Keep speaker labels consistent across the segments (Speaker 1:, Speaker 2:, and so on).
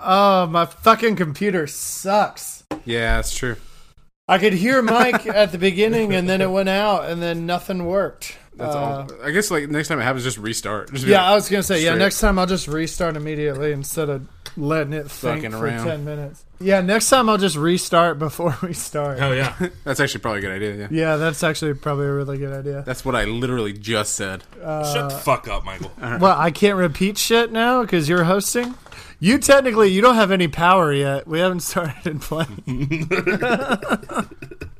Speaker 1: Oh, my fucking computer sucks.
Speaker 2: Yeah, that's true.
Speaker 1: I could hear Mike at the beginning, and then it went out, and then nothing worked.
Speaker 2: That's all. I guess like next time it happens, just restart. Just be
Speaker 1: Uh, Yeah,
Speaker 2: like,
Speaker 1: I was gonna say. Yeah,
Speaker 2: straight.
Speaker 1: next time I'll just restart immediately instead of letting it think
Speaker 2: Fucking
Speaker 1: for
Speaker 2: around.
Speaker 1: ten minutes. Yeah, next time I'll just restart before we start.
Speaker 3: Oh yeah.
Speaker 2: That's actually probably a good idea. Yeah.
Speaker 1: Yeah, that's actually probably a really good idea.
Speaker 2: That's what I literally just said.
Speaker 1: Uh,
Speaker 3: Shut the fuck up, Michael.
Speaker 1: Well, I can't repeat shit now because you're hosting. You technically you don't have any power yet. We haven't started playing.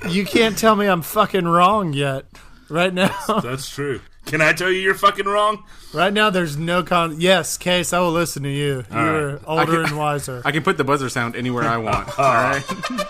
Speaker 1: you can't tell me I'm fucking wrong yet. Right now,
Speaker 3: That's true. Can I tell you you're fucking wrong?
Speaker 1: right now, there's no con. Yes, Case, I will listen to you. You're
Speaker 2: right. I
Speaker 1: older
Speaker 2: can-
Speaker 1: and wiser.
Speaker 2: I can put the buzzer sound anywhere I want. all right.
Speaker 1: Mm-hmm.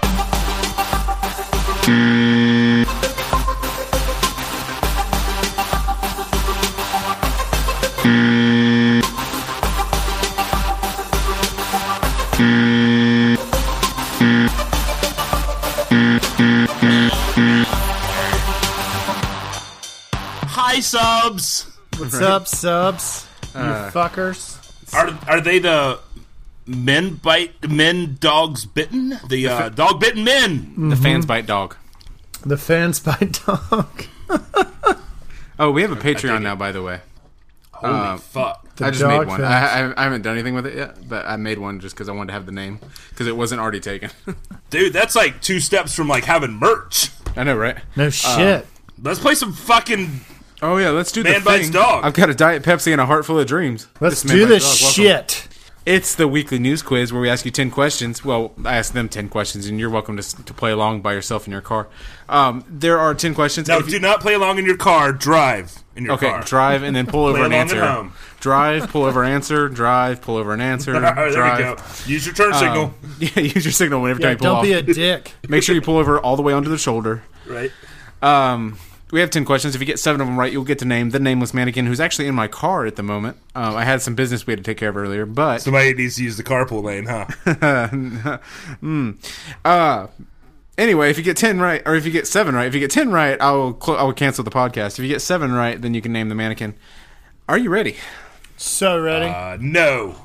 Speaker 3: Hi subs.
Speaker 1: What's up, subs?
Speaker 2: Uh,
Speaker 1: you fuckers.
Speaker 3: Are are they the men bite men dogs bitten? The uh, dog bitten men.
Speaker 2: The fans bite dog.
Speaker 1: The fans bite dog.
Speaker 2: Oh, we have a Patreon now, by the way.
Speaker 3: Holy
Speaker 2: Um,
Speaker 3: fuck.
Speaker 2: I just made
Speaker 1: dog
Speaker 2: one. I, I, I haven't done anything with it yet, but I made one just because I wanted to have the name because it wasn't already taken.
Speaker 3: Dude, that's like two steps from like having merch.
Speaker 2: I know, right?
Speaker 1: No shit.
Speaker 3: Let's play some fucking
Speaker 2: Oh yeah, let's do
Speaker 3: Man
Speaker 2: the
Speaker 3: bites
Speaker 2: thing.
Speaker 3: dog.
Speaker 2: I've got a diet Pepsi and a heart full of dreams.
Speaker 1: Let's
Speaker 2: Man
Speaker 1: do
Speaker 2: Bites
Speaker 1: this
Speaker 2: Dog, welcome.
Speaker 1: shit.
Speaker 2: It's the weekly news quiz where we ask you ten questions. Well, I ask them ten questions, and you're welcome to, s- to play along by yourself in your car. Um, there are ten questions.
Speaker 3: No,
Speaker 2: If you-
Speaker 3: do not play along in your car. Drive in your
Speaker 2: okay,
Speaker 3: car.
Speaker 2: drive and then pull over
Speaker 3: Play
Speaker 2: and
Speaker 3: along
Speaker 2: answer.
Speaker 3: at home.
Speaker 2: Drive, pull over, answer. Drive, pull over and answer.
Speaker 3: there
Speaker 2: drive. Um,
Speaker 3: we go. Use your turn signal.
Speaker 2: Yeah, use your signal whenever
Speaker 1: Yeah,
Speaker 2: time you pull
Speaker 1: don't
Speaker 2: off.
Speaker 1: be a dick.
Speaker 2: Make sure you pull over all the way onto the shoulder.
Speaker 3: Right.
Speaker 2: Um, we have 10 questions. If you get seven of them right, you'll get to name the nameless mannequin who's actually in my car at the moment. Um, I had some business we had to take care of earlier, but.
Speaker 3: Somebody needs to use the carpool lane, huh?
Speaker 2: Mm. Uh, anyway, if you get 10 right, or if you get seven right, if you get 10 right, I will, cl- I will cancel the podcast. If you get seven right, then you can name the mannequin. Are you ready?
Speaker 1: So ready.
Speaker 3: Uh, no.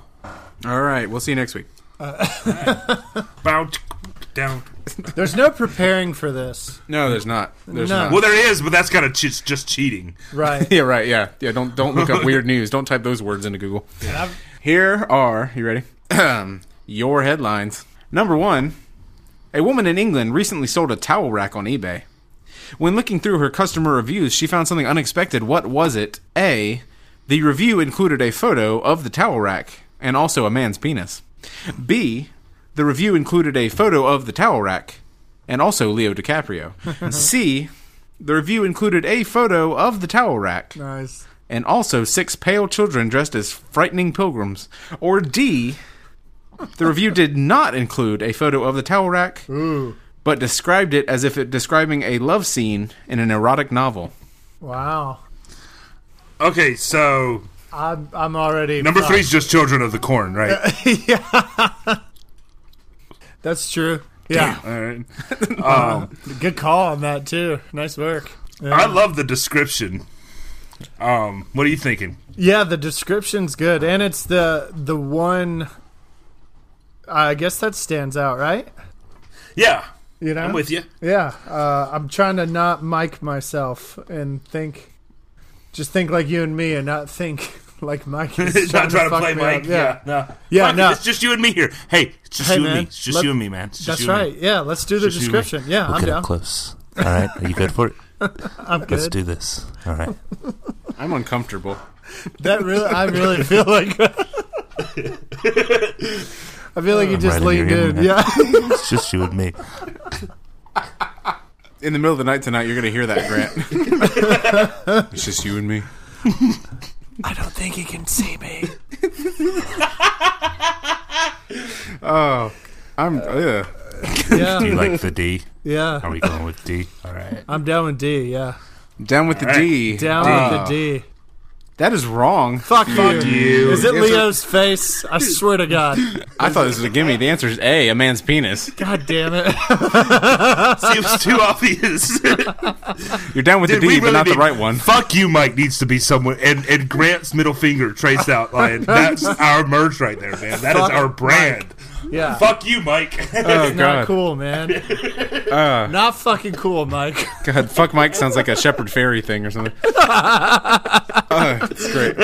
Speaker 2: All right. We'll see you next week.
Speaker 3: Bow, t- down.
Speaker 1: There's no preparing for this.
Speaker 2: No, there's not. There's
Speaker 1: No.
Speaker 2: not.
Speaker 3: Well, there is, but that's kind of ch- just cheating.
Speaker 1: Right.
Speaker 2: Yeah, right. Yeah, yeah. Don't don't look up weird news. Don't type those words into Google.
Speaker 1: I've-
Speaker 2: Here are you ready? Your headlines. Number one: A woman in England recently sold a towel rack on eBay. When looking through her customer reviews, she found something unexpected. What was it? A. The review included a photo of the towel rack and also a man's penis. B. The review included a photo of the towel rack and also Leo DiCaprio. C. The review included a photo of the towel rack
Speaker 1: Nice.
Speaker 2: and also six pale children dressed as frightening pilgrims. Or D, the review did not include a photo of the towel rack, but described it as if it describing a love scene in an erotic novel.
Speaker 1: Wow.
Speaker 3: Okay, so
Speaker 1: I'm I'm already
Speaker 3: number
Speaker 1: fucked.
Speaker 3: three is just children of the corn, right?
Speaker 1: Uh, That's true. Yeah.
Speaker 3: All right.
Speaker 1: Good call on that too. Nice work.
Speaker 3: I love the description. Um, what are you thinking?
Speaker 1: Yeah, the description's good, and it's the the one. I guess that stands out, right?
Speaker 3: Yeah,
Speaker 1: You know.
Speaker 3: I'm with you.
Speaker 1: Yeah, uh, I'm trying to not mic myself and think, just think like you and me, and not think like Mike is
Speaker 3: Not trying to
Speaker 1: fuck
Speaker 3: play
Speaker 1: me
Speaker 3: Mike.
Speaker 1: up.
Speaker 3: Yeah, no.
Speaker 1: Yeah,
Speaker 3: Fuck it,
Speaker 1: no.
Speaker 3: It's just you and me here. Hey, it's just
Speaker 1: Hey,
Speaker 3: you and
Speaker 1: man.
Speaker 3: me. It's just
Speaker 1: Let-
Speaker 3: you and me, man. It's just
Speaker 1: that's
Speaker 3: you and me.
Speaker 1: right. Yeah, let's do the
Speaker 3: Just you and me.
Speaker 1: description. Yeah, I'm
Speaker 4: Get
Speaker 1: down.
Speaker 4: up close. All right, are you good for it?
Speaker 1: I'm
Speaker 4: Let's
Speaker 1: good.
Speaker 4: do this. All right.
Speaker 2: I'm uncomfortable.
Speaker 1: That really, I really feel like. I feel like you
Speaker 3: Uh,
Speaker 1: just
Speaker 4: right in your
Speaker 1: leaned
Speaker 4: ear,
Speaker 1: in.
Speaker 4: man.
Speaker 1: Yeah,
Speaker 4: It's just you and me.
Speaker 2: In the middle of the night tonight, you're going to hear that, Grant. it's just you and me.
Speaker 4: I don't think you can see me.
Speaker 2: I'm, yeah.
Speaker 4: You
Speaker 1: yeah,
Speaker 4: like the D? Are
Speaker 1: yeah.
Speaker 4: we going with D? All right.
Speaker 1: I'm down with D. Yeah,
Speaker 2: Down with the
Speaker 3: All right.
Speaker 2: D.
Speaker 1: down
Speaker 2: Ah,
Speaker 1: with the D.
Speaker 2: That is wrong.
Speaker 1: Fuck you.
Speaker 3: you.
Speaker 1: Is it
Speaker 2: Yes, sir.
Speaker 1: Leo's face? I swear to God.
Speaker 2: I thought this was a gimme. The answer is A, a man's penis.
Speaker 1: God damn it.
Speaker 3: See, it was too obvious.
Speaker 2: You're down with
Speaker 3: Dude,
Speaker 2: the D,
Speaker 3: we
Speaker 2: but
Speaker 3: really
Speaker 2: not the
Speaker 3: need-
Speaker 2: right one.
Speaker 3: Fuck you, Mike needs to be somewhere. And and Grant's middle finger traced out line. That's our merch right there, man. That is
Speaker 1: Fuck
Speaker 3: our brand.
Speaker 1: Yeah.
Speaker 3: Fuck you, Mike.
Speaker 2: Oh
Speaker 1: Not
Speaker 2: god.
Speaker 1: cool, man. Not fucking cool, Mike.
Speaker 2: God, fuck Mike sounds like a Shepherd Fairy thing or something. Uh, it's great.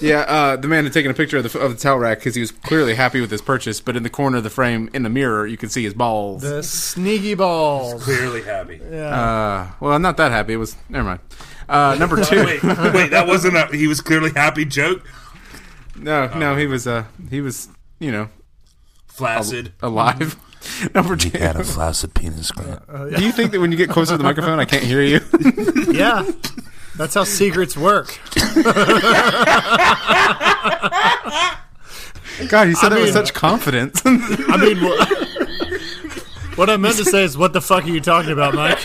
Speaker 2: Yeah, uh, the man had taken a picture of the, of the towel rack because he was clearly happy with his purchase, but in the corner of the frame, in the mirror, you can see his balls.
Speaker 1: The sneaky balls.
Speaker 3: Clearly happy.
Speaker 2: Uh, well, I'm not that happy. It was. Never mind. Uh, number two.
Speaker 3: Wait, wait, that wasn't a. He was clearly happy joke.
Speaker 2: No, no, he was. Uh, he was. You know,
Speaker 3: Flaccid.
Speaker 2: alive. number two.
Speaker 4: You had a flaccid penis, Grant.
Speaker 2: Do you think that when you get closer to the microphone, I can't hear you?
Speaker 1: Yeah. That's how secrets work.
Speaker 2: God, he said that with
Speaker 1: mean-
Speaker 2: such confidence.
Speaker 1: I mean, what, what I meant to say is, what the fuck are you talking about, Mike?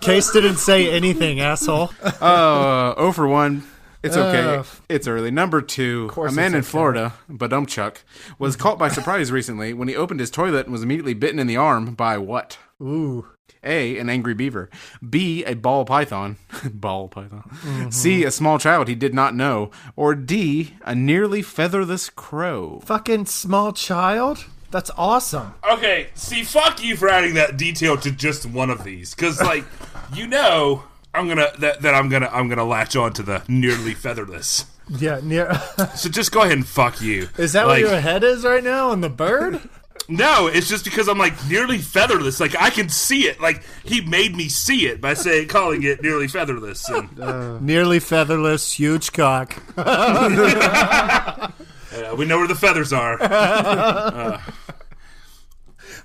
Speaker 1: Case didn't say anything, asshole.
Speaker 2: Uh, oh for one. It's okay.
Speaker 1: Uh,
Speaker 2: it's early. Number two, a
Speaker 1: course
Speaker 2: man
Speaker 1: it's
Speaker 2: in
Speaker 1: okay.
Speaker 2: Florida, Badum Chuck, was caught by surprise recently when he opened his toilet and was immediately bitten in the arm by what?
Speaker 1: Ooh.
Speaker 2: A, an angry beaver. B, a ball python. ball python.
Speaker 1: Mm-hmm.
Speaker 2: C, a small child he did not know. Or D, a nearly featherless crow.
Speaker 1: Fucking small child? That's awesome.
Speaker 3: Okay, see, fuck you for adding that detail to just one of these, because like, you know, I'm gonna that, that I'm gonna I'm gonna latch on to the nearly featherless.
Speaker 1: Yeah, near.
Speaker 3: So just go ahead and fuck you.
Speaker 1: Is that where
Speaker 3: like,
Speaker 1: your head is right now on the bird?
Speaker 3: No, it's just because I'm like nearly featherless. Like I can see it. Like he made me see it by saying calling it nearly featherless. And,
Speaker 1: Nearly featherless, huge cock.
Speaker 3: uh, we know where the feathers are. Uh,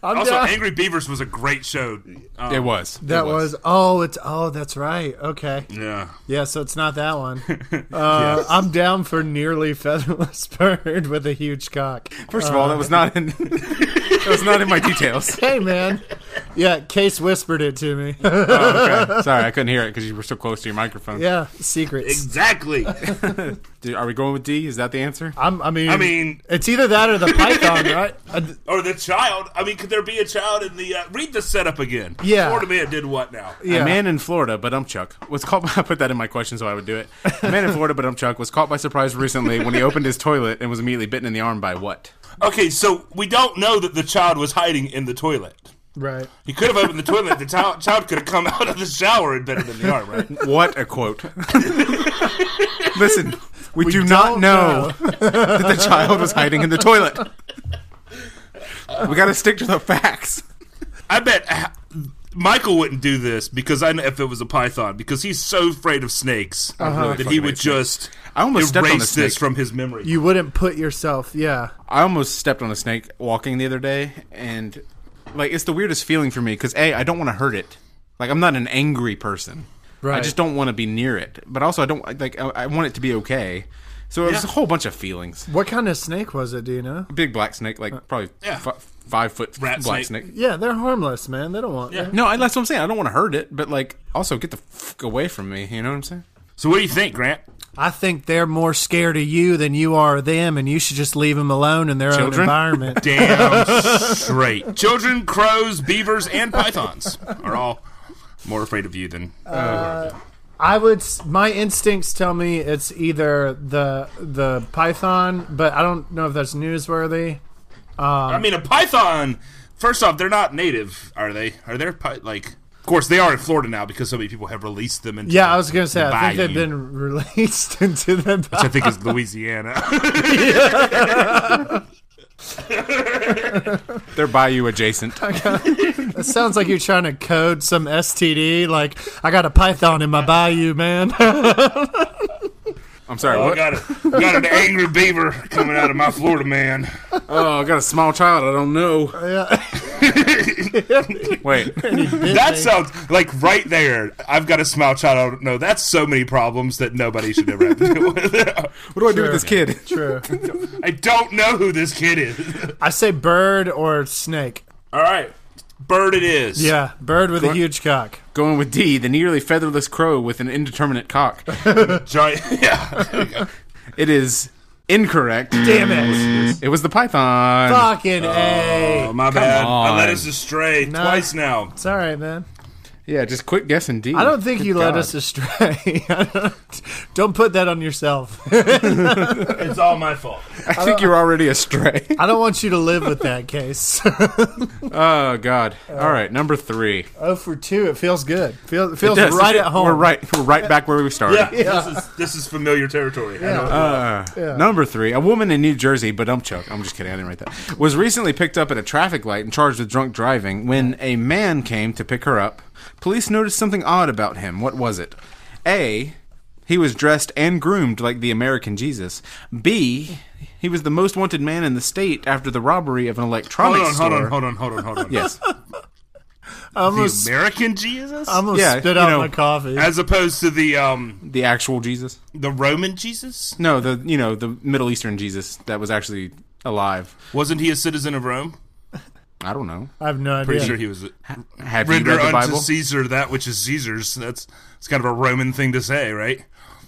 Speaker 1: I'm
Speaker 3: also,
Speaker 1: down-
Speaker 3: Angry Beavers was a great show. Um,
Speaker 2: It was.
Speaker 1: Oh. that was. oh, it's oh, that's right. Okay,
Speaker 3: yeah.
Speaker 1: yeah, so it's not that one. Uh, I'm down for nearly featherless bird with a huge cock.
Speaker 2: First of all, that was
Speaker 1: uh,
Speaker 2: not in. that was not in my details.
Speaker 1: Hey, man. Yeah, Case whispered it to me.
Speaker 2: Oh, Okay. Sorry, I couldn't hear it because you were so close to your microphone.
Speaker 1: yeah, secrets.
Speaker 3: Exactly.
Speaker 2: Do- Are we going with D? Is that the answer?
Speaker 1: I'm, I mean,
Speaker 3: I mean,
Speaker 1: it's either that or the python, right? Uh,
Speaker 3: or the child. I mean, could there be a child in the? Uh, read the setup again.
Speaker 1: Yeah.
Speaker 3: Florida man did what now?
Speaker 1: yeah.
Speaker 2: A man in Florida, but um Chuck, was caught by, I put that in my question so I would do it. A man in Florida, but um Chuck, was caught by surprise recently when he opened his toilet and was immediately bitten in the arm by what?
Speaker 3: Okay, so we don't know that the child was hiding in the toilet.
Speaker 1: right.
Speaker 3: He could have opened the toilet. The child, child could have come out of the shower and been in the arm, right?
Speaker 2: What a quote. Listen, we, do
Speaker 1: don't
Speaker 2: not know, that the child was hiding in the toilet. We got to stick to the facts.
Speaker 3: I bet uh, Michael wouldn't do this because I know if it was a python because he's so afraid of snakes that
Speaker 2: fucking
Speaker 3: he
Speaker 2: hate
Speaker 3: would just
Speaker 2: I almost stepped on a
Speaker 3: erase this
Speaker 2: snake.
Speaker 3: from his memory.
Speaker 1: You wouldn't put yourself. Yeah.
Speaker 2: I almost stepped on a snake walking the other day, and like it's the weirdest feeling for me because a I don't want to hurt it. Like I'm not an angry person. I
Speaker 1: Right.
Speaker 2: just don't want to be near it, but also I don't like I, I want it to be okay. So it was a whole bunch of feelings.
Speaker 1: What kind of snake was it? Do you know?
Speaker 2: Big black snake, like probably
Speaker 3: Yeah.
Speaker 2: fi- five foot
Speaker 3: Rat
Speaker 2: black Uh, snake.
Speaker 3: snake.
Speaker 1: Yeah, they're harmless, man. They don't want.
Speaker 3: Yeah.
Speaker 2: No, I, that's what I'm saying. I don't want to hurt it, but like also get the fuck away from me. You know what I'm saying?
Speaker 3: so what do you think, Grant?
Speaker 1: I think they're more scared of you than you are of them, and you should just leave them alone in their
Speaker 2: Children?
Speaker 1: own environment.
Speaker 3: Damn straight. Children, crows, beavers, and pythons are all more afraid of you than
Speaker 1: I would. s- My instincts tell me it's either the the python, but I don't know if that's newsworthy. Um,
Speaker 3: I mean, a python. First off, they're not native, are they? Are there pi- like? Of course, they are in Florida now because so many people have released them. Into
Speaker 1: Yeah, I was gonna say. I think they've
Speaker 3: bayou,
Speaker 1: been released into the.
Speaker 3: which I think is Louisiana.
Speaker 2: They're bayou adjacent.
Speaker 1: It sounds like you're trying to code some STD. Like I got a python in my bayou, man.
Speaker 2: I'm sorry.
Speaker 3: I
Speaker 2: what?
Speaker 3: got it. Got an angry beaver coming out of my Florida man.
Speaker 2: Oh, I got a small child. I don't know. Wait.
Speaker 3: That sounds like right there. I've got a smile child. I don't know. That's so many problems that nobody should ever have to deal with.
Speaker 2: What do I do with this kid?
Speaker 1: True.
Speaker 3: I don't know who this kid is.
Speaker 1: I say bird or snake.
Speaker 3: All right, bird it is.
Speaker 1: Yeah, bird with a huge cock.
Speaker 2: Going with D, the nearly featherless crow with an indeterminate cock.
Speaker 3: giant. Yeah, There you go.
Speaker 2: It is incorrect.
Speaker 1: Damn it!
Speaker 2: It was the python.
Speaker 1: Fucking a.
Speaker 3: Oh, my bad. I
Speaker 2: on.
Speaker 3: led us astray twice now.
Speaker 1: It's all right, man.
Speaker 2: Yeah, just quick guess indeed.
Speaker 1: I don't think
Speaker 2: Good
Speaker 1: you led
Speaker 2: God.
Speaker 1: us astray. I don't, don't put that on yourself.
Speaker 3: It's all my fault.
Speaker 2: I think you're already astray.
Speaker 1: I don't want you to live with that case.
Speaker 2: oh God! All right, number three.
Speaker 1: oh for two, it feels good. Feel, it feels
Speaker 2: Yes,
Speaker 1: right
Speaker 2: this-
Speaker 1: at home.
Speaker 2: We're right. We're right back where we started.
Speaker 3: Yeah, this is this is familiar territory. I know it well.
Speaker 2: Uh, Number three, a woman in New Jersey, but I'm choke. I'm just kidding. I didn't write that. Was recently picked up at a traffic light and charged with drunk driving. When a man came to pick her up, police noticed something odd about him. What was it? A. He was dressed and groomed like the American Jesus. B. He was the most wanted man in the state after the robbery of an
Speaker 3: hold
Speaker 2: electronics
Speaker 3: on,
Speaker 2: store.
Speaker 3: hold on, hold on, hold on, hold on.
Speaker 2: Yes.
Speaker 3: the American Jesus,
Speaker 1: I almost
Speaker 2: Yeah,
Speaker 1: spit
Speaker 2: you
Speaker 1: out
Speaker 2: know,
Speaker 1: my coffee.
Speaker 3: as opposed to the um
Speaker 2: The actual Jesus.
Speaker 3: the Roman Jesus.
Speaker 2: No, the you know the Middle Eastern Jesus that was actually alive.
Speaker 3: Wasn't he a citizen of Rome?
Speaker 2: I don't know.
Speaker 1: I have no
Speaker 3: Pretty
Speaker 1: idea.
Speaker 3: sure he was. A,
Speaker 2: Have you
Speaker 3: render
Speaker 2: read the
Speaker 3: unto
Speaker 2: Bible?
Speaker 3: Caesar that which is Caesar's. That's it's kind of a Roman thing to say, right?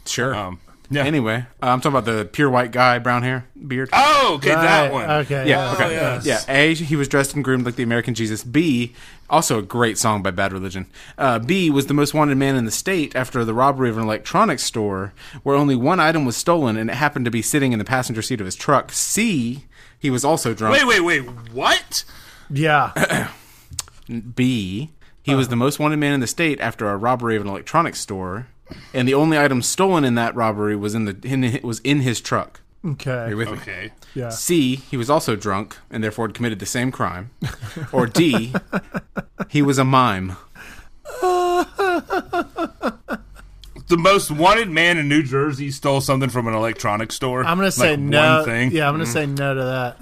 Speaker 2: Sure.
Speaker 3: Um, yeah.
Speaker 2: Anyway, uh, I'm talking about the pure white guy, brown hair, beard.
Speaker 3: Oh, okay,
Speaker 1: Right,
Speaker 3: that one.
Speaker 1: Okay.
Speaker 2: yeah.
Speaker 1: uh,
Speaker 2: okay.
Speaker 3: yes.
Speaker 2: Yeah. A. He was dressed and groomed like the American Jesus. B. Also a great song by Bad Religion. Uh, B. Was the most wanted man in the state after the robbery of an electronics store, where only one item was stolen, and it happened to be sitting in the passenger seat of his truck. C. He was also drunk.
Speaker 3: Wait, wait, wait. What?
Speaker 1: Yeah.
Speaker 2: B. He was the most wanted man in the state after a robbery of an electronics store, and the only item stolen in that robbery was in the in, was in his truck. Are
Speaker 1: Okay.
Speaker 2: you with me?
Speaker 3: Okay.
Speaker 1: Yeah.
Speaker 2: C, he was also drunk and therefore had committed the same crime. Or D, he was a mime.
Speaker 3: The most wanted man in New Jersey stole something from an electronics store.
Speaker 1: I'm gonna
Speaker 3: Like,
Speaker 1: say no.
Speaker 3: One thing.
Speaker 1: Yeah, I'm
Speaker 2: Mm-hmm.
Speaker 1: gonna say no to that.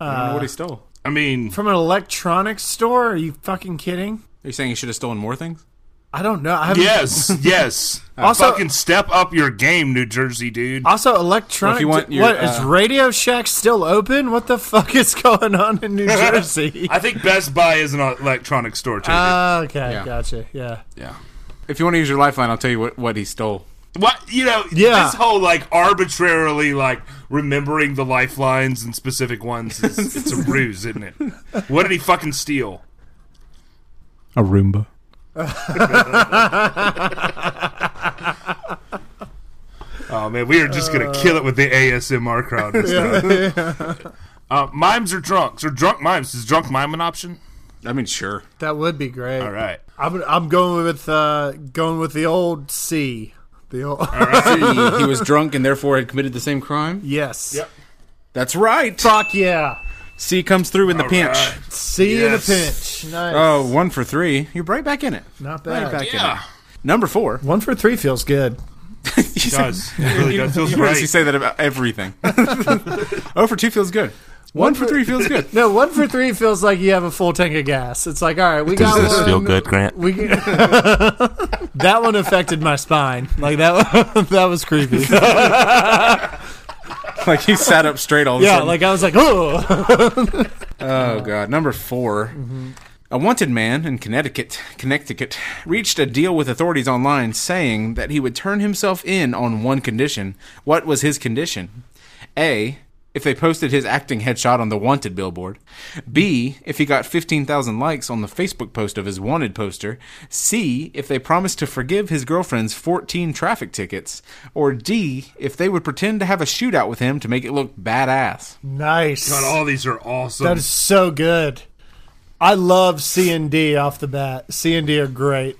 Speaker 2: I don't know what he stole.
Speaker 3: I mean,
Speaker 1: From an electronics store? Are you fucking kidding?
Speaker 2: Are you saying he should have stolen more things?
Speaker 1: I don't know. I haven't.
Speaker 3: yes, yes.
Speaker 1: Also-
Speaker 3: fucking step up your game, New Jersey dude.
Speaker 1: Also,
Speaker 2: Well, if
Speaker 1: electronic.
Speaker 2: you
Speaker 1: What
Speaker 2: want
Speaker 1: is
Speaker 2: your, uh,
Speaker 1: Radio Shack still open? What the fuck is going on in New Jersey?
Speaker 3: I think Best Buy is an electronics store too.
Speaker 1: Ah, okay,
Speaker 2: Yeah.
Speaker 1: gotcha. Yeah.
Speaker 3: yeah.
Speaker 2: If you want to use your lifeline, I'll tell you what, what he stole.
Speaker 3: What you know?
Speaker 1: Yeah.
Speaker 3: This whole like arbitrarily like remembering the lifelines and specific ones is it's a ruse, isn't it? What did he fucking steal?
Speaker 2: A Roomba.
Speaker 3: Oh man, we are just gonna
Speaker 1: Uh,
Speaker 3: kill it with the ASMR crowd. This time. Uh, mimes or drunks or drunk mimes? Is drunk mime an option?
Speaker 2: I mean, sure.
Speaker 1: That would be great.
Speaker 3: All right.
Speaker 1: I'm, I'm going with uh, going with the old C. The old
Speaker 2: C, he was drunk and therefore had committed the same crime?
Speaker 1: yes.
Speaker 2: That's right.
Speaker 1: Fuck yeah.
Speaker 2: C comes through in the pinch.
Speaker 3: right.
Speaker 1: C
Speaker 3: Yes.
Speaker 1: in a pinch. Nice.
Speaker 2: Oh, one for three. You're right back in it.
Speaker 1: Not
Speaker 2: Right
Speaker 1: bad.
Speaker 2: back in
Speaker 3: Yeah.
Speaker 2: it. Number four.
Speaker 1: One for three feels good.
Speaker 2: He
Speaker 3: does. It really does. Feels
Speaker 2: you heard us
Speaker 3: right.
Speaker 2: say that about everything. oh for two feels good. One for three feels good.
Speaker 1: No, one for three feels like you have a full tank of gas. It's like, all right, we
Speaker 4: Does
Speaker 1: got
Speaker 4: this
Speaker 1: one.
Speaker 4: feel good, Grant?
Speaker 1: We can- that one affected my spine. Like that. one- that was creepy.
Speaker 2: like he sat up straight all the
Speaker 1: Yeah.
Speaker 2: time.
Speaker 1: Like I was like, oh.
Speaker 2: oh god. Number 4 A wanted man in Connecticut, Connecticut, reached a deal with authorities online saying that he would turn himself in on one condition. What was his condition? A. If they posted his acting headshot on the wanted billboard. B. If he got 15,000 likes on the Facebook post of his wanted poster. C. If they promised to forgive his girlfriend's 14 traffic tickets. Or D. If they would pretend to have a shootout with him to make it look badass.
Speaker 1: Nice.
Speaker 3: God, all these are awesome.
Speaker 1: That is so good. I love C and D off the bat. C and D are great.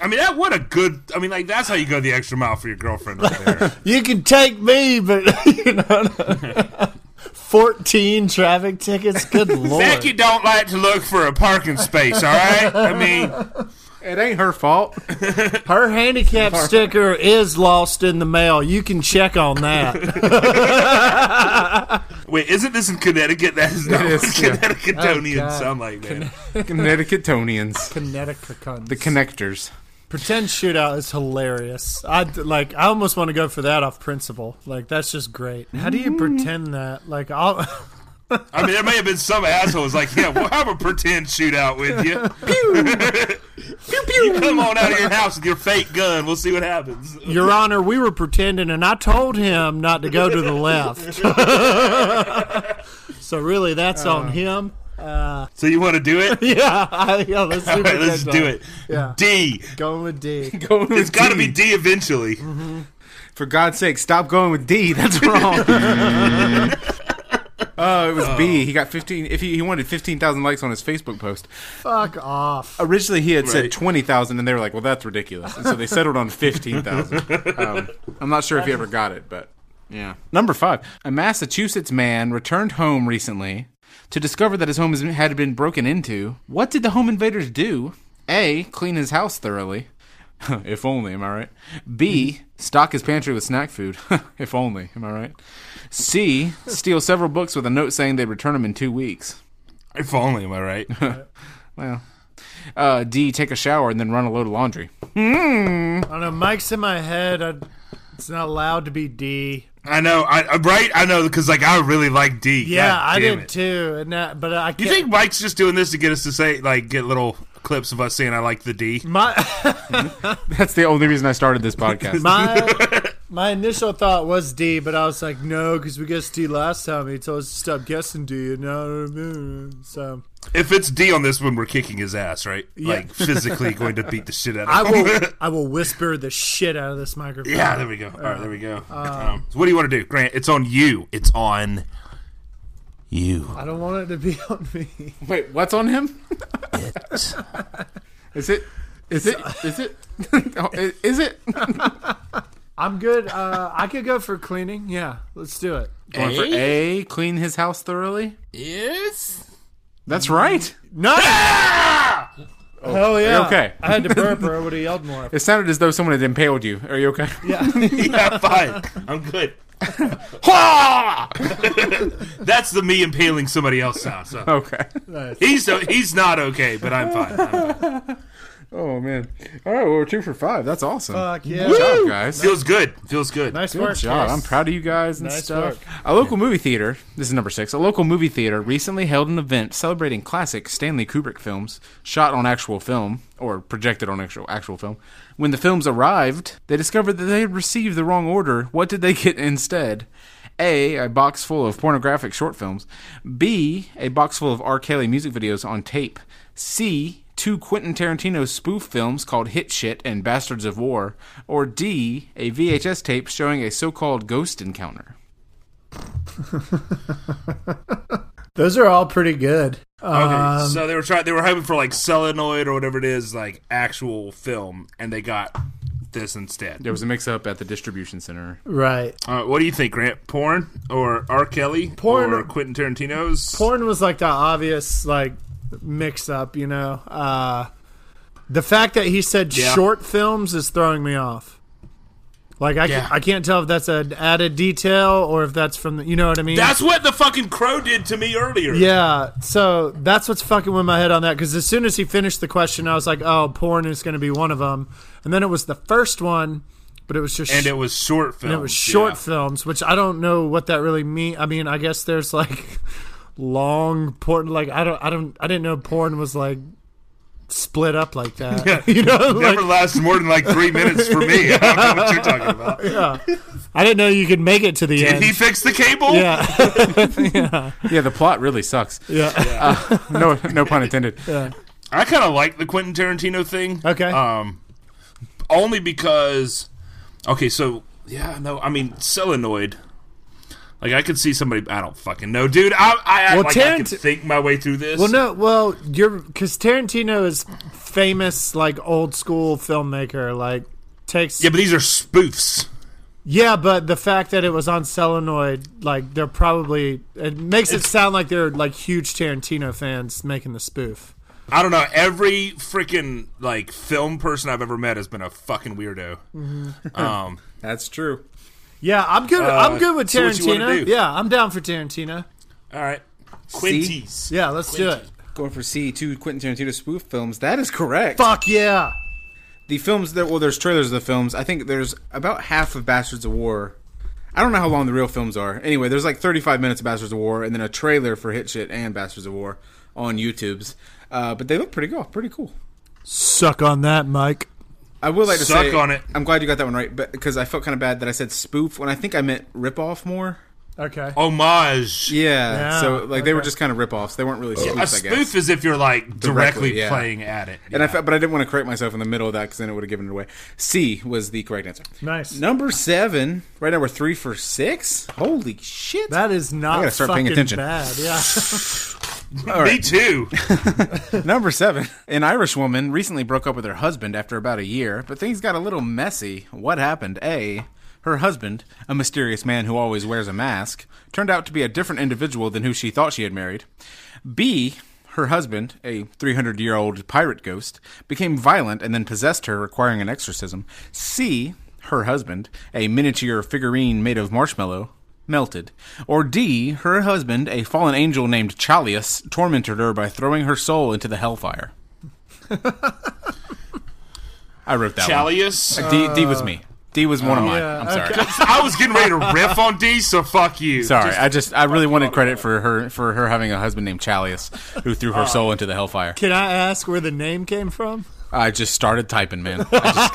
Speaker 3: I mean, that what a good. I mean, like that's how you go the extra mile for your girlfriend right there.
Speaker 1: You can take me, but you know. Fourteen traffic tickets. Good lord.
Speaker 3: Becky don't like to look for a parking space. All right. I mean,
Speaker 2: It ain't her fault.
Speaker 1: Her handicap sticker is lost in the mail. You can check on that.
Speaker 3: wait, isn't this in Connecticut? That is not
Speaker 2: is,
Speaker 3: what
Speaker 2: yeah.
Speaker 3: Connecticutonians
Speaker 1: Oh, God.
Speaker 3: sound like, man.
Speaker 2: Connecticutonians.
Speaker 1: Connecticut.
Speaker 2: The connectors.
Speaker 1: Pretend shootout is hilarious. I d- like. I almost want to go for that off principle. Like that's just great. How do you pretend that? Like I'll.
Speaker 3: I mean, there may have been some assholes like, yeah, we'll have a pretend shootout with you. You come on out of your house with your fake gun. We'll see what happens.
Speaker 1: Your Honor, we were pretending, and I told him Uh. not to go to the left. so really, that's on him.
Speaker 3: so you want to do it?
Speaker 1: Yeah, I, yeah let's, do
Speaker 3: All right, let's do it.
Speaker 1: Yeah.
Speaker 3: D.
Speaker 1: Going with D.
Speaker 2: Going with
Speaker 3: It's got to
Speaker 2: D.
Speaker 3: be D eventually.
Speaker 1: Mm-hmm.
Speaker 2: For God's sake, stop going with D. That's wrong. Oh, it was B. He got fifteen. If he, he wanted fifteen thousand likes on his Facebook post,
Speaker 1: Fuck off.
Speaker 2: originally he had said
Speaker 3: Right.
Speaker 2: twenty thousand, and they were like, "Well, that's ridiculous," and so they settled on fifteen thousand. Um, I'm not sure if he ever got it, but yeah. Number five: A Massachusetts man returned home recently to discover that his home has- had been broken into. What did the home invaders do? A. Clean his house thoroughly. if only, am I right? B. Stock his pantry with snack food. if only, am I right? C. Steal several books with a note saying they'd return them in two weeks.
Speaker 3: If only, am I right?
Speaker 2: Well, uh, D, take a shower and then run a load of laundry.
Speaker 1: I don't know. Mike's in my head. I, it's not allowed to be D.
Speaker 3: I know. I I- right. I know because like I really like D.
Speaker 1: Yeah,
Speaker 3: God
Speaker 1: I
Speaker 3: damn
Speaker 1: did
Speaker 3: it.
Speaker 1: too. And that, but I
Speaker 3: You
Speaker 1: can't.
Speaker 3: think Mike's just doing this to get us to say like get little clips of us saying I like the D?
Speaker 1: my
Speaker 2: That's the only reason I started this podcast.
Speaker 1: my my initial thought was D, but I was like, no, because we guessed D last time. He told us to stop guessing D. You know, so
Speaker 3: If it's D on this one, we're kicking his ass, right? Like physically going to beat the shit out
Speaker 1: I
Speaker 3: of him.
Speaker 1: will I will whisper the shit out of this microphone.
Speaker 3: yeah, there we go. All right, there we go. Um, so what do you want to do, Grant? It's on you. It's on you.
Speaker 1: I don't want it to be on me.
Speaker 2: Wait, what's on him? Is it? Is it? Is it? Oh, i- Is it?
Speaker 1: I'm good. Uh, I could go for cleaning. Yeah, let's do it.
Speaker 2: Going for A, clean his house thoroughly.
Speaker 5: Yes.
Speaker 2: That's right.
Speaker 1: No. Oh, Hell yeah.
Speaker 2: okay.
Speaker 1: I had to burp or I would have yelled more.
Speaker 2: It sounded as though someone had impaled you. Are you okay?
Speaker 3: yeah, fine. I'm good.
Speaker 2: Ha!
Speaker 3: That's the me impaling somebody else sound. So
Speaker 2: okay.
Speaker 3: he's he's not okay, but I'm fine. Um, I'm fine.
Speaker 2: Oh man. All right. Well, we're two for five. That's awesome.
Speaker 1: Fuck yeah.
Speaker 2: Good job, guys.
Speaker 3: Feels good. Feels good.
Speaker 1: Nice
Speaker 2: Good
Speaker 1: work.
Speaker 2: job.
Speaker 1: guys.
Speaker 2: I'm proud of you guys and
Speaker 1: Nice
Speaker 2: stuff.
Speaker 1: work.
Speaker 2: A local movie theater, this is number six, a local movie theater recently held an event celebrating classic Stanley Kubrick films shot on actual film or projected on actual, actual film. When the films arrived, they discovered that they had received the wrong order. What did they get instead? A, a box full of pornographic short films. B, a box full of R. Kelly music videos on tape. C, two Quentin Tarantino spoof films called Hit Shit and Bastards of War. Or D, a VHS tape showing a so called ghost encounter.
Speaker 1: Those are all pretty good.
Speaker 3: Okay, so they were trying. They were hoping for like solenoid or whatever it is, like actual film, and they got this instead.
Speaker 2: There was a mix up at the distribution center.
Speaker 1: Right.
Speaker 3: Uh, what do you think, Grant? Porn or R. Kelly?
Speaker 1: Porn-
Speaker 3: or Quentin Tarantino's?
Speaker 1: porn was like the obvious like mix up, you know. Uh the fact that he said
Speaker 3: Yeah.
Speaker 1: short films is throwing me off. Like I,
Speaker 3: Yeah.
Speaker 1: can, I can't tell if that's an added detail or if that's from the, you know what I mean.
Speaker 3: That's what the fucking crow did to me earlier.
Speaker 1: yeah, so that's what's fucking with my head on that because as soon as he finished the question, I was like, "Oh, porn is going to be one of them," and then it was the first one, but it was just
Speaker 3: and it was short film.
Speaker 1: and it was short
Speaker 3: yeah.
Speaker 1: films, which I don't know what that really mean. I mean, I guess there's like long porn. Like I don't, I don't, I didn't know porn was like split up like that. you know, like,
Speaker 3: Never lasted more than like three minutes for me. I don't know what you're talking about.
Speaker 1: I didn't know you could make it to the
Speaker 3: Did
Speaker 1: end.
Speaker 3: he fix the cable?
Speaker 1: yeah,
Speaker 2: Yeah, the plot really sucks.
Speaker 1: yeah.
Speaker 2: No, no pun intended.
Speaker 3: I kind of like the Quentin Tarantino thing.
Speaker 1: Okay.
Speaker 3: Um, only because, okay, so yeah, no, I mean solenoid. Like I could see somebody. I don't fucking know, dude. I I, act
Speaker 1: Well,
Speaker 3: like I can
Speaker 1: Tarant-
Speaker 3: think my way through this.
Speaker 1: Well, no, well, you're because Tarantino is famous, like old school filmmaker, like takes
Speaker 3: Yeah, but these are spoofs.
Speaker 1: Yeah, but the fact that it was on Solenoid, like they're probably it makes it sound like they're like huge Tarantino fans making the spoof.
Speaker 3: I don't know. Every freaking like film person I've ever met has been a fucking weirdo.
Speaker 2: Mm-hmm.
Speaker 3: Um,
Speaker 2: That's true.
Speaker 1: Yeah, I'm good. I'm good with
Speaker 3: so what you wanna
Speaker 1: Tarantino.
Speaker 3: do?
Speaker 1: yeah, I'm down for Tarantino.
Speaker 3: all right, Quinties.
Speaker 1: Yeah, let's do it.
Speaker 2: Going for C, E two Quentin Tarantino spoof films. That is correct.
Speaker 1: Fuck yeah!
Speaker 2: The films that well, there's trailers of the films. I think there's about half of Bastards of War. I don't know how long the real films are. Anyway, there's like 35 minutes of Bastards of War, and then a trailer for Hit Shit and Bastards of War on YouTube's. Uh, but they look pretty cool. Pretty cool.
Speaker 1: Suck on that, Mike.
Speaker 2: I would like to
Speaker 3: Suck
Speaker 2: say,
Speaker 3: on it.
Speaker 2: I'm glad you got that one right, but because I felt kind of bad that I said spoof when I think I meant rip off more.
Speaker 1: Okay.
Speaker 3: Oh, homage.
Speaker 2: Yeah.
Speaker 1: Yeah,
Speaker 2: so like they were
Speaker 1: okay.
Speaker 2: just kind of ripoffs. They weren't really spoofs,
Speaker 3: A
Speaker 2: I guess.
Speaker 3: spoof is if you're like directly,
Speaker 2: Directly, yeah.
Speaker 3: playing at it.
Speaker 2: And I felt, but I didn't want to correct myself in the middle of that because then it would have given it away. C was the correct answer.
Speaker 1: Nice.
Speaker 2: Number seven. Right now we're three for six. Holy shit!
Speaker 1: That is not
Speaker 2: gotta start paying
Speaker 1: fucking
Speaker 2: attention.
Speaker 1: bad. Yeah.
Speaker 3: Me too.
Speaker 2: Number seven. An Irish woman recently broke up with her husband after about a year, but things got a little messy. What happened? A. Her husband, a mysterious man who always wears a mask, turned out to be a different individual than who she thought she had married. B. Her husband, a 300 year old pirate ghost, became violent and then possessed her, requiring an exorcism. C. Her husband, a miniature figurine made of marshmallow, melted. Or D, her husband, a fallen angel named Chalius, tormented her by throwing her soul into the hellfire. I wrote that
Speaker 3: Chalius.
Speaker 2: one. D, D was me. D was one of mine.
Speaker 1: yeah,
Speaker 2: I'm sorry.
Speaker 3: I was getting ready to riff on D, so fuck you.
Speaker 2: Sorry, I just I really wanted credit for her for her having a husband named Chalius who threw her soul into the hellfire.
Speaker 1: Can I ask where the name came from?
Speaker 2: I just started typing, man. I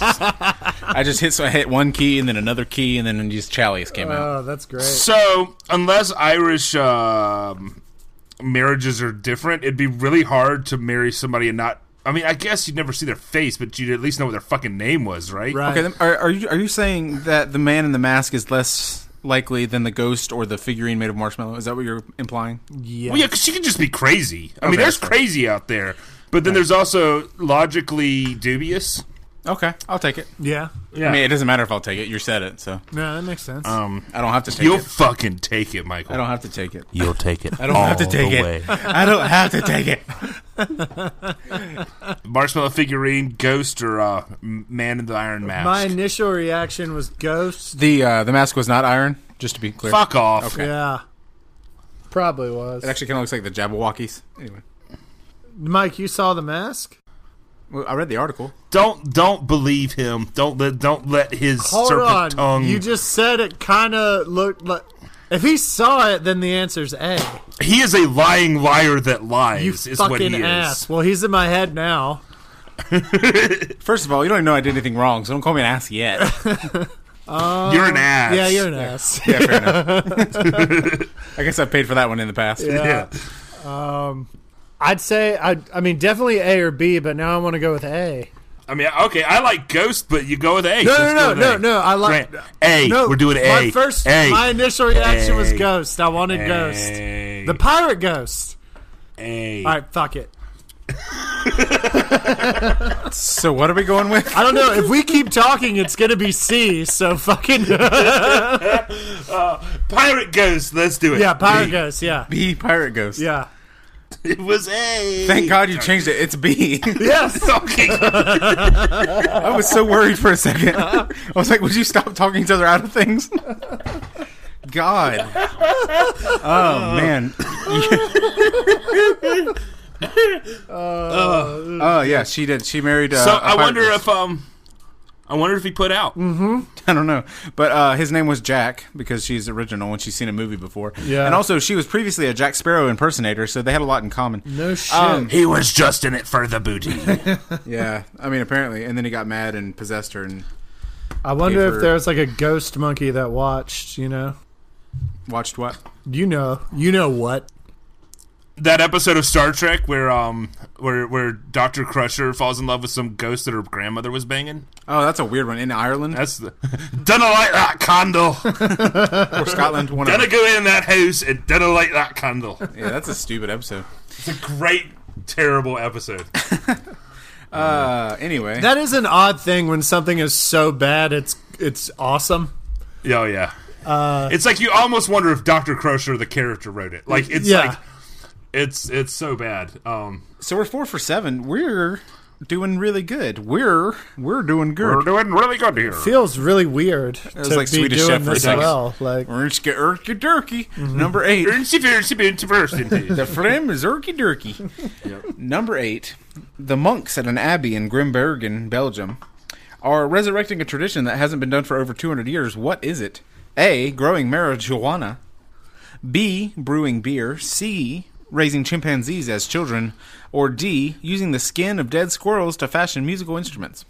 Speaker 2: just, I just hit so I hit one key and then another key and then just Chalius came out.
Speaker 1: Oh, that's great.
Speaker 3: So, unless Irish um, marriages are different, it'd be really hard to marry somebody and not. I mean, I guess you'd never see their face, but you'd at least know what their fucking name was, right?
Speaker 1: Right.
Speaker 2: Okay, then, are, are you are you saying that the man in the mask is less likely than the ghost or the figurine made of marshmallow? Is that what you're implying?
Speaker 1: Yeah.
Speaker 3: Well, Oh, yeah, because she can just be crazy. I mean,
Speaker 2: Okay,
Speaker 3: there's
Speaker 2: that's fair.
Speaker 3: crazy out there, but then there's also logically dubious.
Speaker 2: Okay, I'll take it.
Speaker 1: yeah.
Speaker 3: Yeah.
Speaker 2: I mean, it doesn't matter if I'll take it. You said it, so
Speaker 1: No, that makes sense.
Speaker 2: I don't have to take
Speaker 3: You'll
Speaker 2: it.
Speaker 3: fucking take it, Michael.
Speaker 2: I don't have to take it.
Speaker 4: You'll take it.
Speaker 2: I don't have to take
Speaker 4: the
Speaker 2: it.
Speaker 4: way.
Speaker 2: I don't have to take it.
Speaker 3: Marshmallow figurine, ghost, or uh, m- man in the iron mask.
Speaker 1: My initial reaction was ghost.
Speaker 2: The uh, the mask was not iron, just to be clear.
Speaker 3: Fuck off.
Speaker 2: Okay.
Speaker 1: Yeah. Probably was.
Speaker 2: It actually kind of looks like the Jabberwockies. Anyway,
Speaker 1: Mike, you saw the mask?
Speaker 2: well, I read the article.
Speaker 3: Don't don't believe him. Don't let don't let his
Speaker 1: Hold
Speaker 3: serpent
Speaker 1: on.
Speaker 3: tongue.
Speaker 1: You just said it kind of looked like. If he saw it, then the answer's A.
Speaker 3: He is a lying liar that lies.
Speaker 1: You
Speaker 3: is what
Speaker 1: fucking
Speaker 3: he
Speaker 1: ass.
Speaker 3: is.
Speaker 1: Well, he's in my head now.
Speaker 2: First of all, you don't even know I did anything wrong, so don't call me an ass yet.
Speaker 3: you're an ass.
Speaker 1: Yeah, you're an ass.
Speaker 2: yeah, fair enough. I guess I've paid for that one in the past.
Speaker 3: Yeah.
Speaker 1: I'd say I. I mean, definitely A or B, but now I want to go with A.
Speaker 3: I mean, okay, I like Ghost, but you go with A.
Speaker 1: No,
Speaker 3: Let's
Speaker 1: no,
Speaker 3: go
Speaker 1: no,
Speaker 3: with
Speaker 1: no,
Speaker 3: A.
Speaker 1: no. I like
Speaker 3: Grant, A.
Speaker 1: No,
Speaker 3: We're doing A.
Speaker 1: My first,
Speaker 3: A.
Speaker 1: my initial reaction was
Speaker 3: A.
Speaker 1: Ghost. I wanted Ghost,
Speaker 3: A.
Speaker 1: the pirate Ghost.
Speaker 3: A.
Speaker 1: All right, fuck it.
Speaker 2: So what are we going with?
Speaker 1: I don't know if we keep talking, it's gonna be C. So fucking
Speaker 3: Pirate Ghost. Let's do it.
Speaker 1: yeah, pirate Ghost. Yeah,
Speaker 2: B pirate ghost.
Speaker 1: yeah.
Speaker 3: It was A.
Speaker 2: Thank God you changed it. It's B.
Speaker 1: Yes.
Speaker 3: Okay.
Speaker 2: I was so worried for a second.
Speaker 3: Uh-huh.
Speaker 2: I was like, would you stop talking each other out of things? God. Oh,
Speaker 3: Uh-huh.
Speaker 2: man. Oh, yeah, she did. She married. Uh,
Speaker 3: so
Speaker 2: a
Speaker 3: I
Speaker 2: pirate
Speaker 3: wonder
Speaker 2: ghost.
Speaker 3: if um, I wonder if he put out.
Speaker 1: Mm.
Speaker 2: I don't know. But uh, his name was Jack because she's original and she's seen a movie before.
Speaker 1: Yeah.
Speaker 2: And also, she was previously a Jack Sparrow impersonator, so they had a lot in common.
Speaker 1: No shit.
Speaker 2: Um,
Speaker 3: He was just in it for the booty.
Speaker 2: Yeah. I mean, apparently. And then he got mad and possessed her and
Speaker 1: I wonder
Speaker 2: for-
Speaker 1: if there was like a ghost monkey that watched. You know.
Speaker 2: watched what?
Speaker 1: You know. You know what?
Speaker 3: that episode of Star Trek where um where where Doctor Crusher falls in love with some ghost that her grandmother was banging.
Speaker 2: Oh, that's a weird one. In Ireland
Speaker 3: That's the don't light that candle.
Speaker 2: or Scotland? One of
Speaker 3: Gonna go in that house and don't light that candle.
Speaker 2: Yeah, that's a stupid episode.
Speaker 3: Great, terrible episode.
Speaker 2: Uh, anyway,
Speaker 1: That is an odd thing when something is so bad, it's it's awesome.
Speaker 3: Oh yeah.
Speaker 1: Uh,
Speaker 3: it's like you almost wonder if Doctor Crusher, the character, wrote it. Like it's
Speaker 1: Yeah.
Speaker 3: like it's it's so bad. Um,
Speaker 2: so we're four for seven. We're doing really good. We're we're doing
Speaker 3: we're
Speaker 2: good.
Speaker 3: doing really good here.
Speaker 1: Feels really weird to
Speaker 2: like
Speaker 1: be
Speaker 2: Swedish
Speaker 1: doing
Speaker 2: Chef for a
Speaker 1: this
Speaker 2: second.
Speaker 1: well. Like
Speaker 2: Orange get Erky Durky. Number eight. The frame is Erky Durky. Number eight. The monks at an abbey in Grimbergen, Belgium, are resurrecting a tradition that hasn't been done for over 200 years. What is it? A. Growing marijuana. B. Brewing beer. C. Raising chimpanzees as children. Or D. Using the skin of dead squirrels to fashion musical instruments.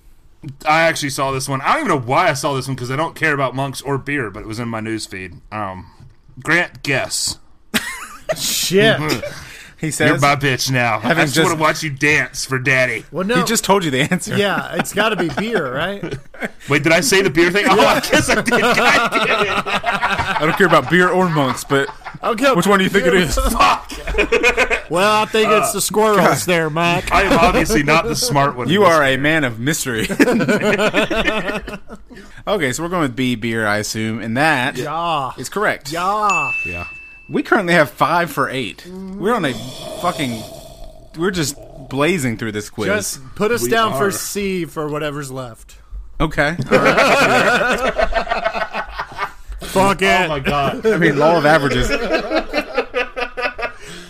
Speaker 3: I actually saw this one. I don't even know why I saw this one because I don't care about monks or beer, but it was in my news feed. Um, Grant, guess.
Speaker 1: Shit.
Speaker 2: He
Speaker 3: You're
Speaker 2: says
Speaker 3: my bitch now. I just,
Speaker 2: just-
Speaker 3: want to watch you dance for daddy.
Speaker 1: Well, no.
Speaker 2: he just told you the answer.
Speaker 1: yeah, it's got to be beer, right?
Speaker 3: Wait, did I say the beer thing? Oh, I guess I did. God damn it.
Speaker 2: I don't care about beer or monks, but
Speaker 1: Okay.
Speaker 2: which one do you think it is? Uh,
Speaker 1: Well, I think it's the squirrels there, Mike.
Speaker 3: I am obviously not the smart one.
Speaker 2: You are a man of mystery. okay, so we're going with B beer, I assume, and that is
Speaker 1: Ah,
Speaker 2: correct.
Speaker 1: ah.
Speaker 3: Yeah.
Speaker 2: We currently have five for eight. We're on a fucking. We're just blazing through this quiz.
Speaker 1: Just put us down
Speaker 3: are-
Speaker 1: for C for whatever's left.
Speaker 2: okay. All right.
Speaker 1: Fuck it.
Speaker 3: Oh my god.
Speaker 2: I mean, law of averages.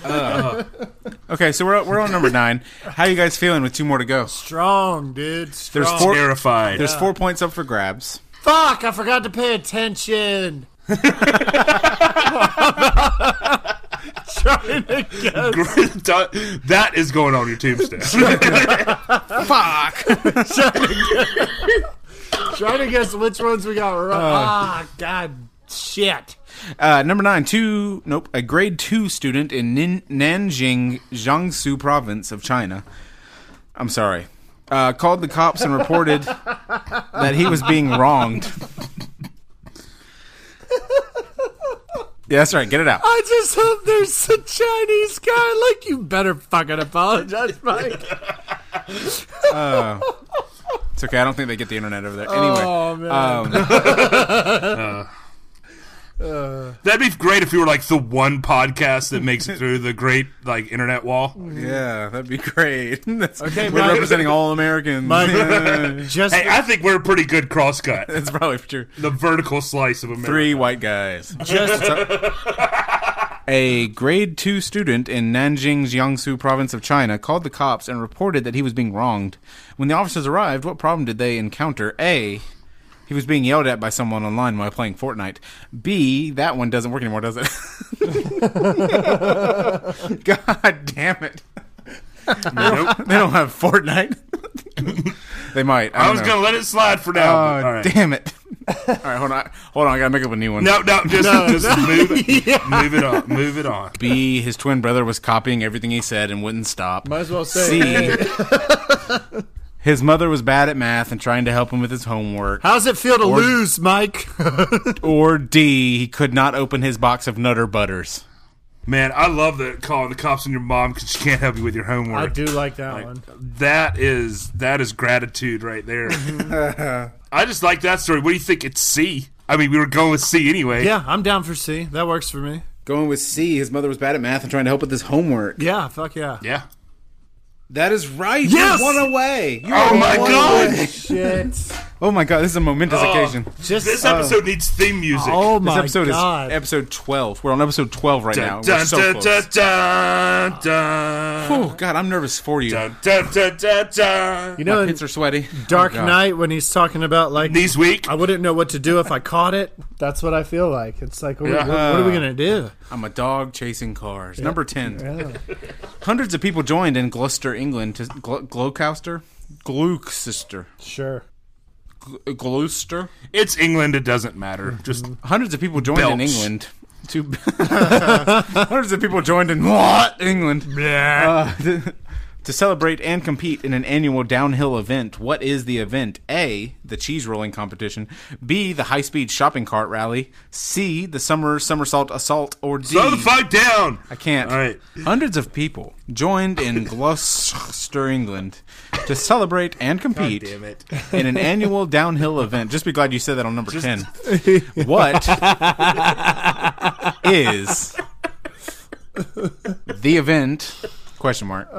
Speaker 2: Uh, okay, so we're we're on number nine. How you guys feeling with two more to go?
Speaker 1: Strong, dude. Strong.
Speaker 2: There's four.
Speaker 3: Terrified.
Speaker 2: There's four points up for grabs.
Speaker 1: Fuck, I forgot to pay attention. Trying to guess.
Speaker 3: that is going on your tombstone.
Speaker 2: Fuck.
Speaker 1: Trying to guess which ones we got wrong. ah, god shit.
Speaker 2: Uh, number nine, two, nope, a grade two student in Nin- Nanjing, Jiangsu province of China. I'm sorry. Uh, called the cops and reported that he was being wronged. yeah, that's right. Get it out.
Speaker 1: I just hope there's a Chinese guy. Like, you better fucking apologize, Mike.
Speaker 2: It's okay. I don't think they get the internet over there. Anyway,
Speaker 1: Oh, man.
Speaker 2: um,
Speaker 3: That'd be great if you were like the one podcast that makes it through the great like internet wall.
Speaker 2: yeah, that'd be great. That's,
Speaker 1: Okay,
Speaker 2: we're
Speaker 1: Mike.
Speaker 2: representing all Americans.
Speaker 1: Mike.
Speaker 2: Yeah,
Speaker 1: Oh, Just
Speaker 3: Hey, I think we're a pretty good crosscut.
Speaker 2: that's probably true.
Speaker 3: The vertical slice of America.
Speaker 2: Three white guys.
Speaker 1: just
Speaker 2: A grade two student in Nanjing, Jiangsu province of China called the cops and reported that he was being wronged. When the officers arrived, what problem did they encounter? A. He was being yelled at by someone online while playing Fortnite. B. That one doesn't work anymore, does it? God damn it.
Speaker 3: Nope.
Speaker 2: They don't have Fortnite. they might. I,
Speaker 3: I
Speaker 2: don't
Speaker 3: was
Speaker 2: know.
Speaker 3: gonna let it slide for
Speaker 2: Uh,
Speaker 3: now. but-
Speaker 1: Oh,
Speaker 3: all right.
Speaker 2: Damn it. All right, hold on. Hold on. I got to make up a new one.
Speaker 3: No, no, just,
Speaker 1: No,
Speaker 3: just move it, move it on, move it on.
Speaker 2: B. His twin brother was copying everything he said and wouldn't stop.
Speaker 1: might as well say.
Speaker 2: C. His mother was bad at math and trying to help him with his homework.
Speaker 1: How's it feel to lose, Mike?
Speaker 2: Or D, he could not open his box of Nutter Butters.
Speaker 3: Man, I love that calling the cops on your mom because she can't help you with your homework.
Speaker 1: I do like that one.
Speaker 3: That is that is gratitude right there. I just like that story. What do you think? It's C. I mean, we were going with C anyway.
Speaker 1: Yeah, I'm down for C. That works for me.
Speaker 2: Going with C, his mother was bad at math and trying to help with his homework.
Speaker 1: Yeah, fuck yeah.
Speaker 3: Yeah.
Speaker 2: That is right.
Speaker 1: Yes!
Speaker 2: You're one away. You're
Speaker 3: Oh my
Speaker 2: one
Speaker 3: God!
Speaker 2: away.
Speaker 1: Shit.
Speaker 2: Oh my god, this is a momentous occasion.
Speaker 1: Just
Speaker 3: This episode needs theme music.
Speaker 1: Oh
Speaker 2: This
Speaker 1: my
Speaker 2: episode
Speaker 1: god.
Speaker 2: is episode 12. We're on episode 12 right now.
Speaker 3: dun,
Speaker 2: We're
Speaker 3: dun,
Speaker 2: so
Speaker 3: dun,
Speaker 2: close.
Speaker 3: dun, dun, dun,
Speaker 2: Oh god, I'm nervous for you.
Speaker 3: dun, dun, dun, dun, dun.
Speaker 1: you
Speaker 2: My
Speaker 1: know, in
Speaker 2: pits are sweaty.
Speaker 1: Dark
Speaker 2: Oh, God.
Speaker 1: Knight when he's talking about like
Speaker 3: Knees weak.
Speaker 1: I wouldn't know what to do if I caught it. That's what I feel like. It's like, what,
Speaker 3: Yeah.
Speaker 1: what- what are we gonna do?
Speaker 2: I'm a dog chasing cars. Number 10. Hundreds of people joined in Gloucester, England to Gl- Gloucester, Gloucester,
Speaker 1: Sure.
Speaker 2: Gl- Gloucester.
Speaker 3: It's England. It doesn't matter. Just
Speaker 2: Hundreds of people joined in
Speaker 3: Belch.
Speaker 2: England to Hundreds of people joined in what? England uh, to, to celebrate and compete in an annual downhill event. What is the event? A, the cheese rolling competition, B, the high-speed shopping cart rally, C, the summer somersault assault or D
Speaker 3: slow the fuck down.
Speaker 2: I can't.
Speaker 3: All right.
Speaker 2: Hundreds of people joined in Gloucester, England, to celebrate and compete
Speaker 3: Damn it.
Speaker 2: in an annual downhill event. Just be glad you said that on number ten. What is the event? Question mark.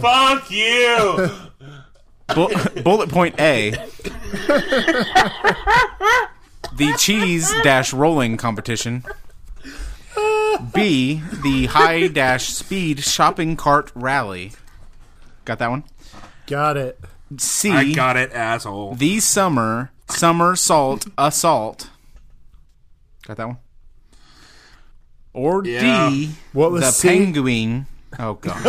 Speaker 3: Fuck you.
Speaker 2: Bu- bullet point A. the cheese dash rolling competition. B. The high dash speed shopping cart rally. Got that one.
Speaker 1: Got it.
Speaker 2: C.
Speaker 3: I got it, asshole.
Speaker 2: the summer summer salt assault. Got that one. Or
Speaker 3: Yeah.
Speaker 2: D.
Speaker 1: What was
Speaker 2: the
Speaker 1: C?
Speaker 2: penguin. Oh god.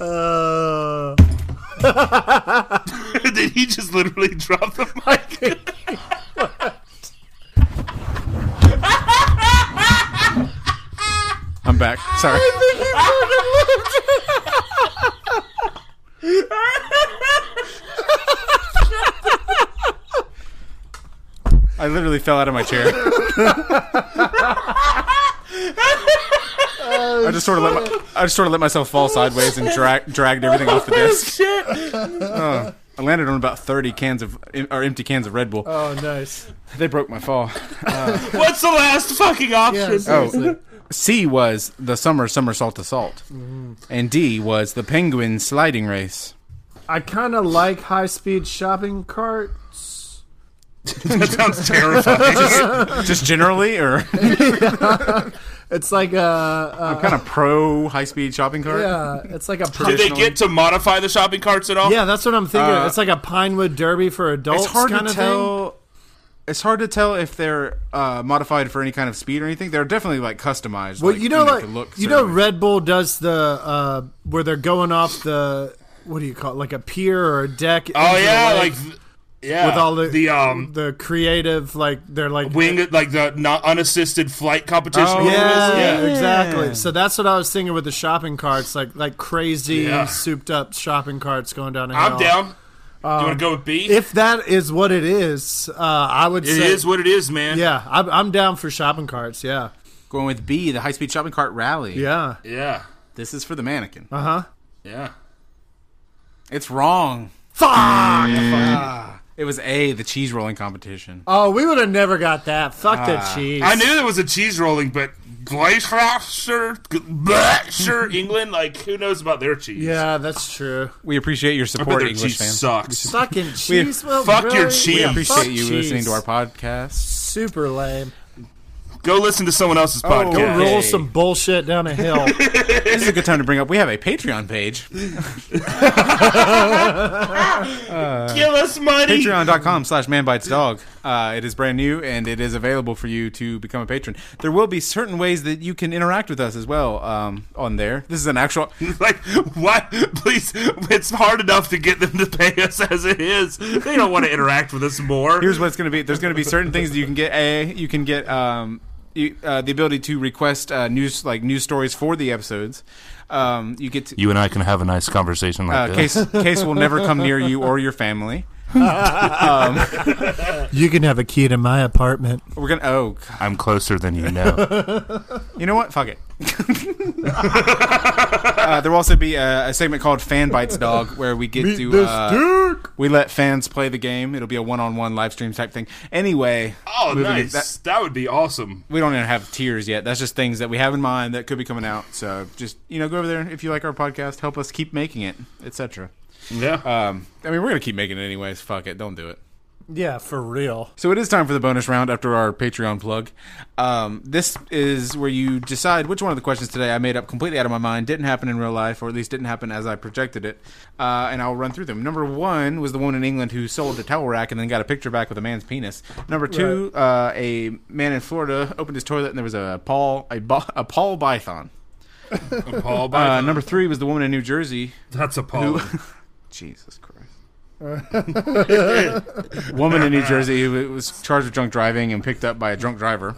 Speaker 1: Uh,
Speaker 3: Did he just literally drop the mic?
Speaker 2: I'm back. Sorry. I literally fell out of my chair. I just sort of let my, I just sort of let myself fall sideways and drag, dragged everything off the desk. Uh,
Speaker 3: Shit.
Speaker 2: I landed on about thirty cans of or empty cans of Red Bull.
Speaker 1: Oh, nice.
Speaker 2: Uh, They broke my fall.
Speaker 3: What's the last fucking option?
Speaker 1: Yeah, seriously.
Speaker 2: C was the summer somersault assault,
Speaker 1: Mm-hmm.
Speaker 2: and D was the penguin sliding race.
Speaker 1: I kind of like high speed shopping carts.
Speaker 3: That sounds terrifying.
Speaker 2: Just generally, or
Speaker 1: It's like a, a
Speaker 2: kind of pro high speed shopping cart.
Speaker 1: yeah, it's like a pine.
Speaker 3: Did they get to modify the shopping carts at all?
Speaker 1: yeah, that's what I'm thinking.
Speaker 3: Uh,
Speaker 1: it's like a Pinewood Derby for adults.
Speaker 2: It's hard
Speaker 1: kind
Speaker 2: to
Speaker 1: of Thing.
Speaker 2: tell. It's hard to tell if they're uh, modified for any kind of speed or anything. They're definitely like customized.
Speaker 1: Well, you know,
Speaker 2: to make
Speaker 1: like
Speaker 2: it look
Speaker 1: you know,
Speaker 2: certain way.
Speaker 1: Red Bull does the uh, where they're going off the what do you call it, like a pier or a deck?
Speaker 3: Oh
Speaker 1: into the
Speaker 3: yeah,
Speaker 1: lake
Speaker 3: like yeah.
Speaker 1: with all the
Speaker 3: the um
Speaker 1: the creative like they're like
Speaker 3: wing like the not unassisted flight competition.
Speaker 2: Oh,
Speaker 3: or
Speaker 1: Yeah,
Speaker 3: whatever it is. yeah.
Speaker 1: exactly. So that's what I was thinking with the shopping carts, like like crazy
Speaker 3: Yeah.
Speaker 1: souped up shopping carts going down a hill.
Speaker 3: I'm down. you want to go with B?
Speaker 1: If that is what it is, uh, I would
Speaker 3: it
Speaker 1: say
Speaker 3: is what it is, man.
Speaker 1: yeah, I'm, I'm down for shopping carts. Yeah,
Speaker 2: going with B, the high speed shopping cart rally.
Speaker 1: yeah.
Speaker 3: yeah,
Speaker 2: This is for the mannequin.
Speaker 1: Uh huh.
Speaker 3: yeah.
Speaker 2: It's wrong.
Speaker 1: Fuck!
Speaker 2: It was A, the cheese rolling competition.
Speaker 1: Oh, we would have never got that. Fuck that cheese.
Speaker 3: Ah. I knew there was a cheese rolling, but Gloucestershire, Gloucestershire, England. Like, who knows about their cheese?
Speaker 1: Yeah, that's true.
Speaker 2: We appreciate your
Speaker 3: I bet
Speaker 2: support,
Speaker 3: their
Speaker 2: English
Speaker 3: cheese
Speaker 2: fans.
Speaker 3: sucks.
Speaker 1: Fucking cheese. well,
Speaker 3: fuck your
Speaker 1: really?
Speaker 3: cheese.
Speaker 2: We
Speaker 1: Yeah,
Speaker 2: appreciate
Speaker 1: fuck
Speaker 2: you
Speaker 1: cheese.
Speaker 2: listening to our podcast.
Speaker 1: super lame.
Speaker 3: Go listen to someone else's
Speaker 1: Go
Speaker 3: podcast.
Speaker 1: roll
Speaker 2: Hey.
Speaker 1: some bullshit down a hill.
Speaker 2: This is a good time to bring up. We have a Patreon page,
Speaker 3: Give us money.
Speaker 2: patreon.com slash manbitesdog. Uh, it is brand new, and it is available for you to become a patron. There will be certain ways that you can interact with us as well um, on there. This is an actual...
Speaker 3: Like, why? Please, it's hard enough to get them to pay us as it is. They don't want to interact with us more.
Speaker 2: here's what's going to be there's going to be certain things that you can get a you can get um you, uh, the ability to request uh, news like news stories for the episodes um you get to,
Speaker 5: You and I can have a nice conversation like
Speaker 2: uh,
Speaker 5: this.
Speaker 2: case case will never come near you or your family
Speaker 1: you can have a key to my apartment.
Speaker 2: we're gonna oh God.
Speaker 5: I'm closer than you know.
Speaker 2: you know what fuck it uh, there will also be a, a segment called fan bites dog where we get to uh,
Speaker 1: Duke.
Speaker 2: we let fans play the game it'll be a one-on-one live stream type thing anyway
Speaker 3: oh,
Speaker 2: moving
Speaker 3: nice.
Speaker 2: that-
Speaker 3: That, would be awesome.
Speaker 2: we don't even have tiers yet. That's just things that we have in mind that could be coming out. So just you know, go over there if you like our podcast, help us keep making it, etc.
Speaker 3: Yeah.
Speaker 2: Um, I mean, we're gonna keep making it anyways. Fuck it, don't do it.
Speaker 1: Yeah, for real.
Speaker 2: So it is time for the bonus round after our Patreon plug. Um, this is where you decide which one of the questions today I made up completely out of my mind, didn't happen in real life, or at least didn't happen as I projected it. Uh, and I'll run through them. Number one was the woman in England who sold a towel rack and then got a picture back with a man's penis. Number two, uh, a man in Florida opened his toilet and there was a Paul a, bo- a Paul Python.
Speaker 3: Paul
Speaker 2: Uh,
Speaker 3: Biden.
Speaker 2: number three was the woman in New Jersey
Speaker 3: That's a Paul.
Speaker 2: Jesus Christ. Woman in New Jersey who was charged with drunk driving and picked up by a drunk driver.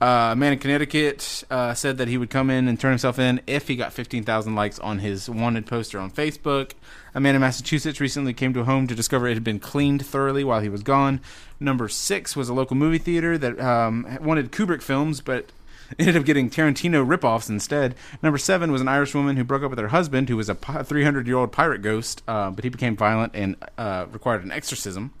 Speaker 2: Uh, a man in Connecticut uh, said that he would come in and turn himself in if he got 15,000 likes on his wanted poster on Facebook. A man in Massachusetts recently came to a home to discover it had been cleaned thoroughly while he was gone. Number six was a local movie theater that um, wanted Kubrick films, but ended up getting Tarantino ripoffs instead. Number seven was an Irish woman who broke up with her husband, who was a 300 year old pirate ghost, uh, but he became violent and uh, required an exorcism.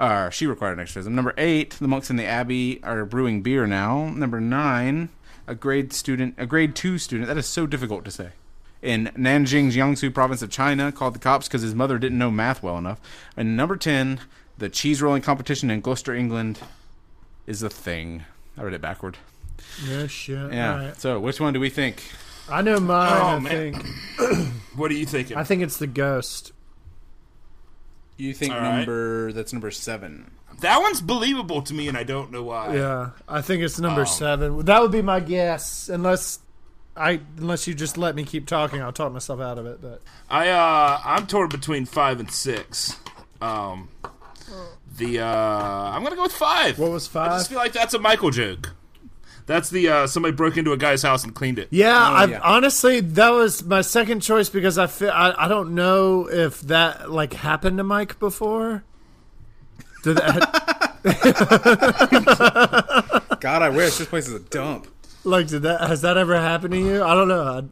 Speaker 2: Uh, she required an exorcism. Number eight, the monks in the abbey are brewing beer now. Number nine, a grade student, a grade two student. That is so difficult to say. In Nanjing's Jiangsu province of China, called the cops because his mother didn't know math well enough. And number ten, the cheese rolling competition in Gloucester, England, is a thing. I read it backward.
Speaker 1: No shit.
Speaker 2: Yeah.
Speaker 1: All right.
Speaker 2: So, which one do we think?
Speaker 1: I know mine.
Speaker 3: Oh,
Speaker 1: I
Speaker 3: man.
Speaker 1: think.
Speaker 3: what are you thinking?
Speaker 1: I think it's the ghost.
Speaker 2: You think
Speaker 3: All right.
Speaker 2: number that's number seven.
Speaker 3: that one's believable to me, and I don't know why.
Speaker 1: Yeah, I think it's number seven. That would be my guess, unless I unless you just let me keep talking. I'll talk myself out of it. But
Speaker 3: I uh, I'm torn between five and six. Um, the uh, I'm gonna go with five.
Speaker 1: what was
Speaker 3: I
Speaker 1: five?
Speaker 3: just feel like that's a Michael joke. That's the uh, somebody broke into a guy's house and cleaned it.
Speaker 1: Yeah, I
Speaker 2: Oh, yeah.
Speaker 1: honestly that was my second choice because I feel I, I don't know if that like happened to Mike before. Did that
Speaker 2: God, I wish this place is a dump.
Speaker 1: like did that has that ever happened to you? I don't know. I,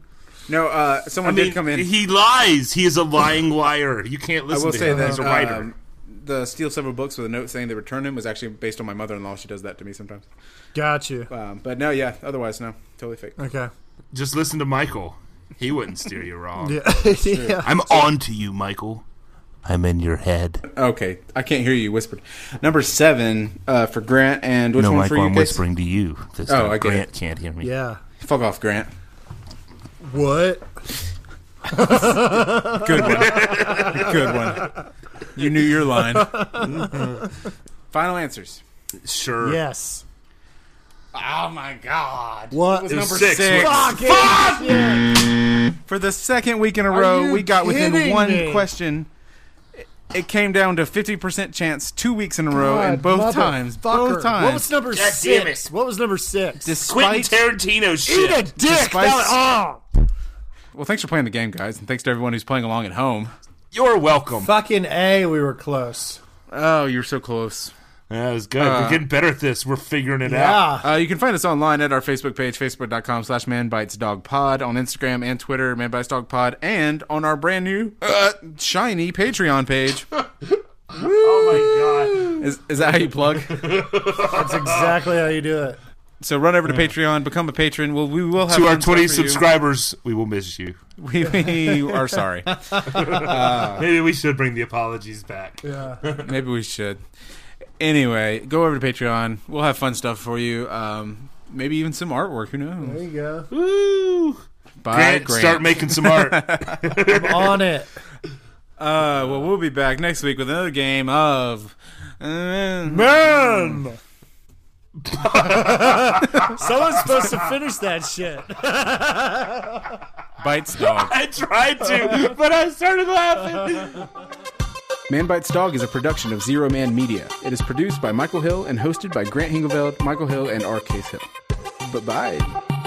Speaker 2: No, uh, someone
Speaker 3: I mean,
Speaker 2: did come in.
Speaker 3: He lies. He is a lying liar. You can't
Speaker 2: I
Speaker 3: listen
Speaker 2: will
Speaker 3: to
Speaker 2: say
Speaker 3: him.
Speaker 2: that
Speaker 3: He's a writer.
Speaker 2: um, the steal several books with a note saying they return him was actually based on my mother-in-law. She does that to me sometimes.
Speaker 1: got you.
Speaker 2: Um, but no, yeah. Otherwise, no. Totally fake.
Speaker 1: Okay.
Speaker 3: Just listen to Michael. He wouldn't steer you wrong.
Speaker 1: Yeah. yeah.
Speaker 3: I'm on to you, Michael.
Speaker 5: I'm in your head.
Speaker 2: Okay, I can't hear you whispered. Number seven uh, for Grant and which
Speaker 5: no,
Speaker 2: one for
Speaker 5: Michael,
Speaker 2: you?
Speaker 5: I'm
Speaker 2: Casey?
Speaker 5: whispering to you. This
Speaker 2: Oh,
Speaker 5: time.
Speaker 2: I get
Speaker 5: Grant can't hear me.
Speaker 1: Yeah.
Speaker 2: Fuck off, Grant.
Speaker 1: What?
Speaker 2: Good one. Good one. You knew your line. Final answers.
Speaker 3: Sure.
Speaker 1: Yes.
Speaker 2: Oh my god.
Speaker 1: What?
Speaker 2: It was
Speaker 1: It
Speaker 2: number
Speaker 3: was
Speaker 2: six.
Speaker 3: six, Ah, wasn't
Speaker 1: Fuck it. Yeah.
Speaker 2: For the second week in a row,
Speaker 1: you
Speaker 2: we got within
Speaker 1: kidding
Speaker 2: one
Speaker 1: me?
Speaker 2: question. It- It came down to 50% chance two weeks in a row, and
Speaker 1: God,
Speaker 2: both
Speaker 1: mother
Speaker 2: times.
Speaker 1: fucker.
Speaker 2: Both times.
Speaker 1: What was number
Speaker 3: God damn
Speaker 1: six?
Speaker 3: it.
Speaker 1: What was number six?
Speaker 3: Quentin
Speaker 2: despite
Speaker 3: Tarantino
Speaker 1: Eat a
Speaker 3: shit.
Speaker 1: dick.
Speaker 2: Despite-
Speaker 1: that- oh.
Speaker 2: Well, thanks for playing the game, guys, and thanks to everyone who's playing along at home.
Speaker 3: You're welcome.
Speaker 1: Fucking a. We were close.
Speaker 2: Oh, you're so close.
Speaker 3: Yeah, that was good. We're getting better at this. We're figuring it out.
Speaker 1: Yeah.
Speaker 2: Uh, you can find us online at our Facebook page, facebook.com slash manbitesdogpod, on Instagram and Twitter, manbitesdogpod, and on our brand new, uh, shiny Patreon page.
Speaker 3: Oh my god.
Speaker 2: Is, is that how you plug?
Speaker 1: That's exactly how you do it.
Speaker 2: so run over to Patreon, become a patron. Well, we will have
Speaker 3: To our
Speaker 2: fun stuff
Speaker 3: 20
Speaker 2: for you.
Speaker 3: subscribers, we will miss you.
Speaker 2: We, we are sorry.
Speaker 3: Maybe we should bring the apologies back.
Speaker 1: Yeah.
Speaker 2: Maybe we should. Anyway, go over to Patreon. We'll have fun stuff for you. Um, maybe even some artwork. Who
Speaker 1: There
Speaker 2: knows?
Speaker 1: you go.
Speaker 3: Woo!
Speaker 2: Bye,
Speaker 3: Grant, start making some art.
Speaker 1: on it.
Speaker 2: Uh, well, we'll be back next week with another game of. uh,
Speaker 1: Man! Someone's supposed to finish that shit.
Speaker 2: Bites Dog.
Speaker 3: I tried to, but I started laughing.
Speaker 2: Man Bites Dog is a production of Zero Man Media. It is produced by Michael Hill and hosted by Grant Hingeveld, Michael Hill, and R. Case Hill. Bye bye.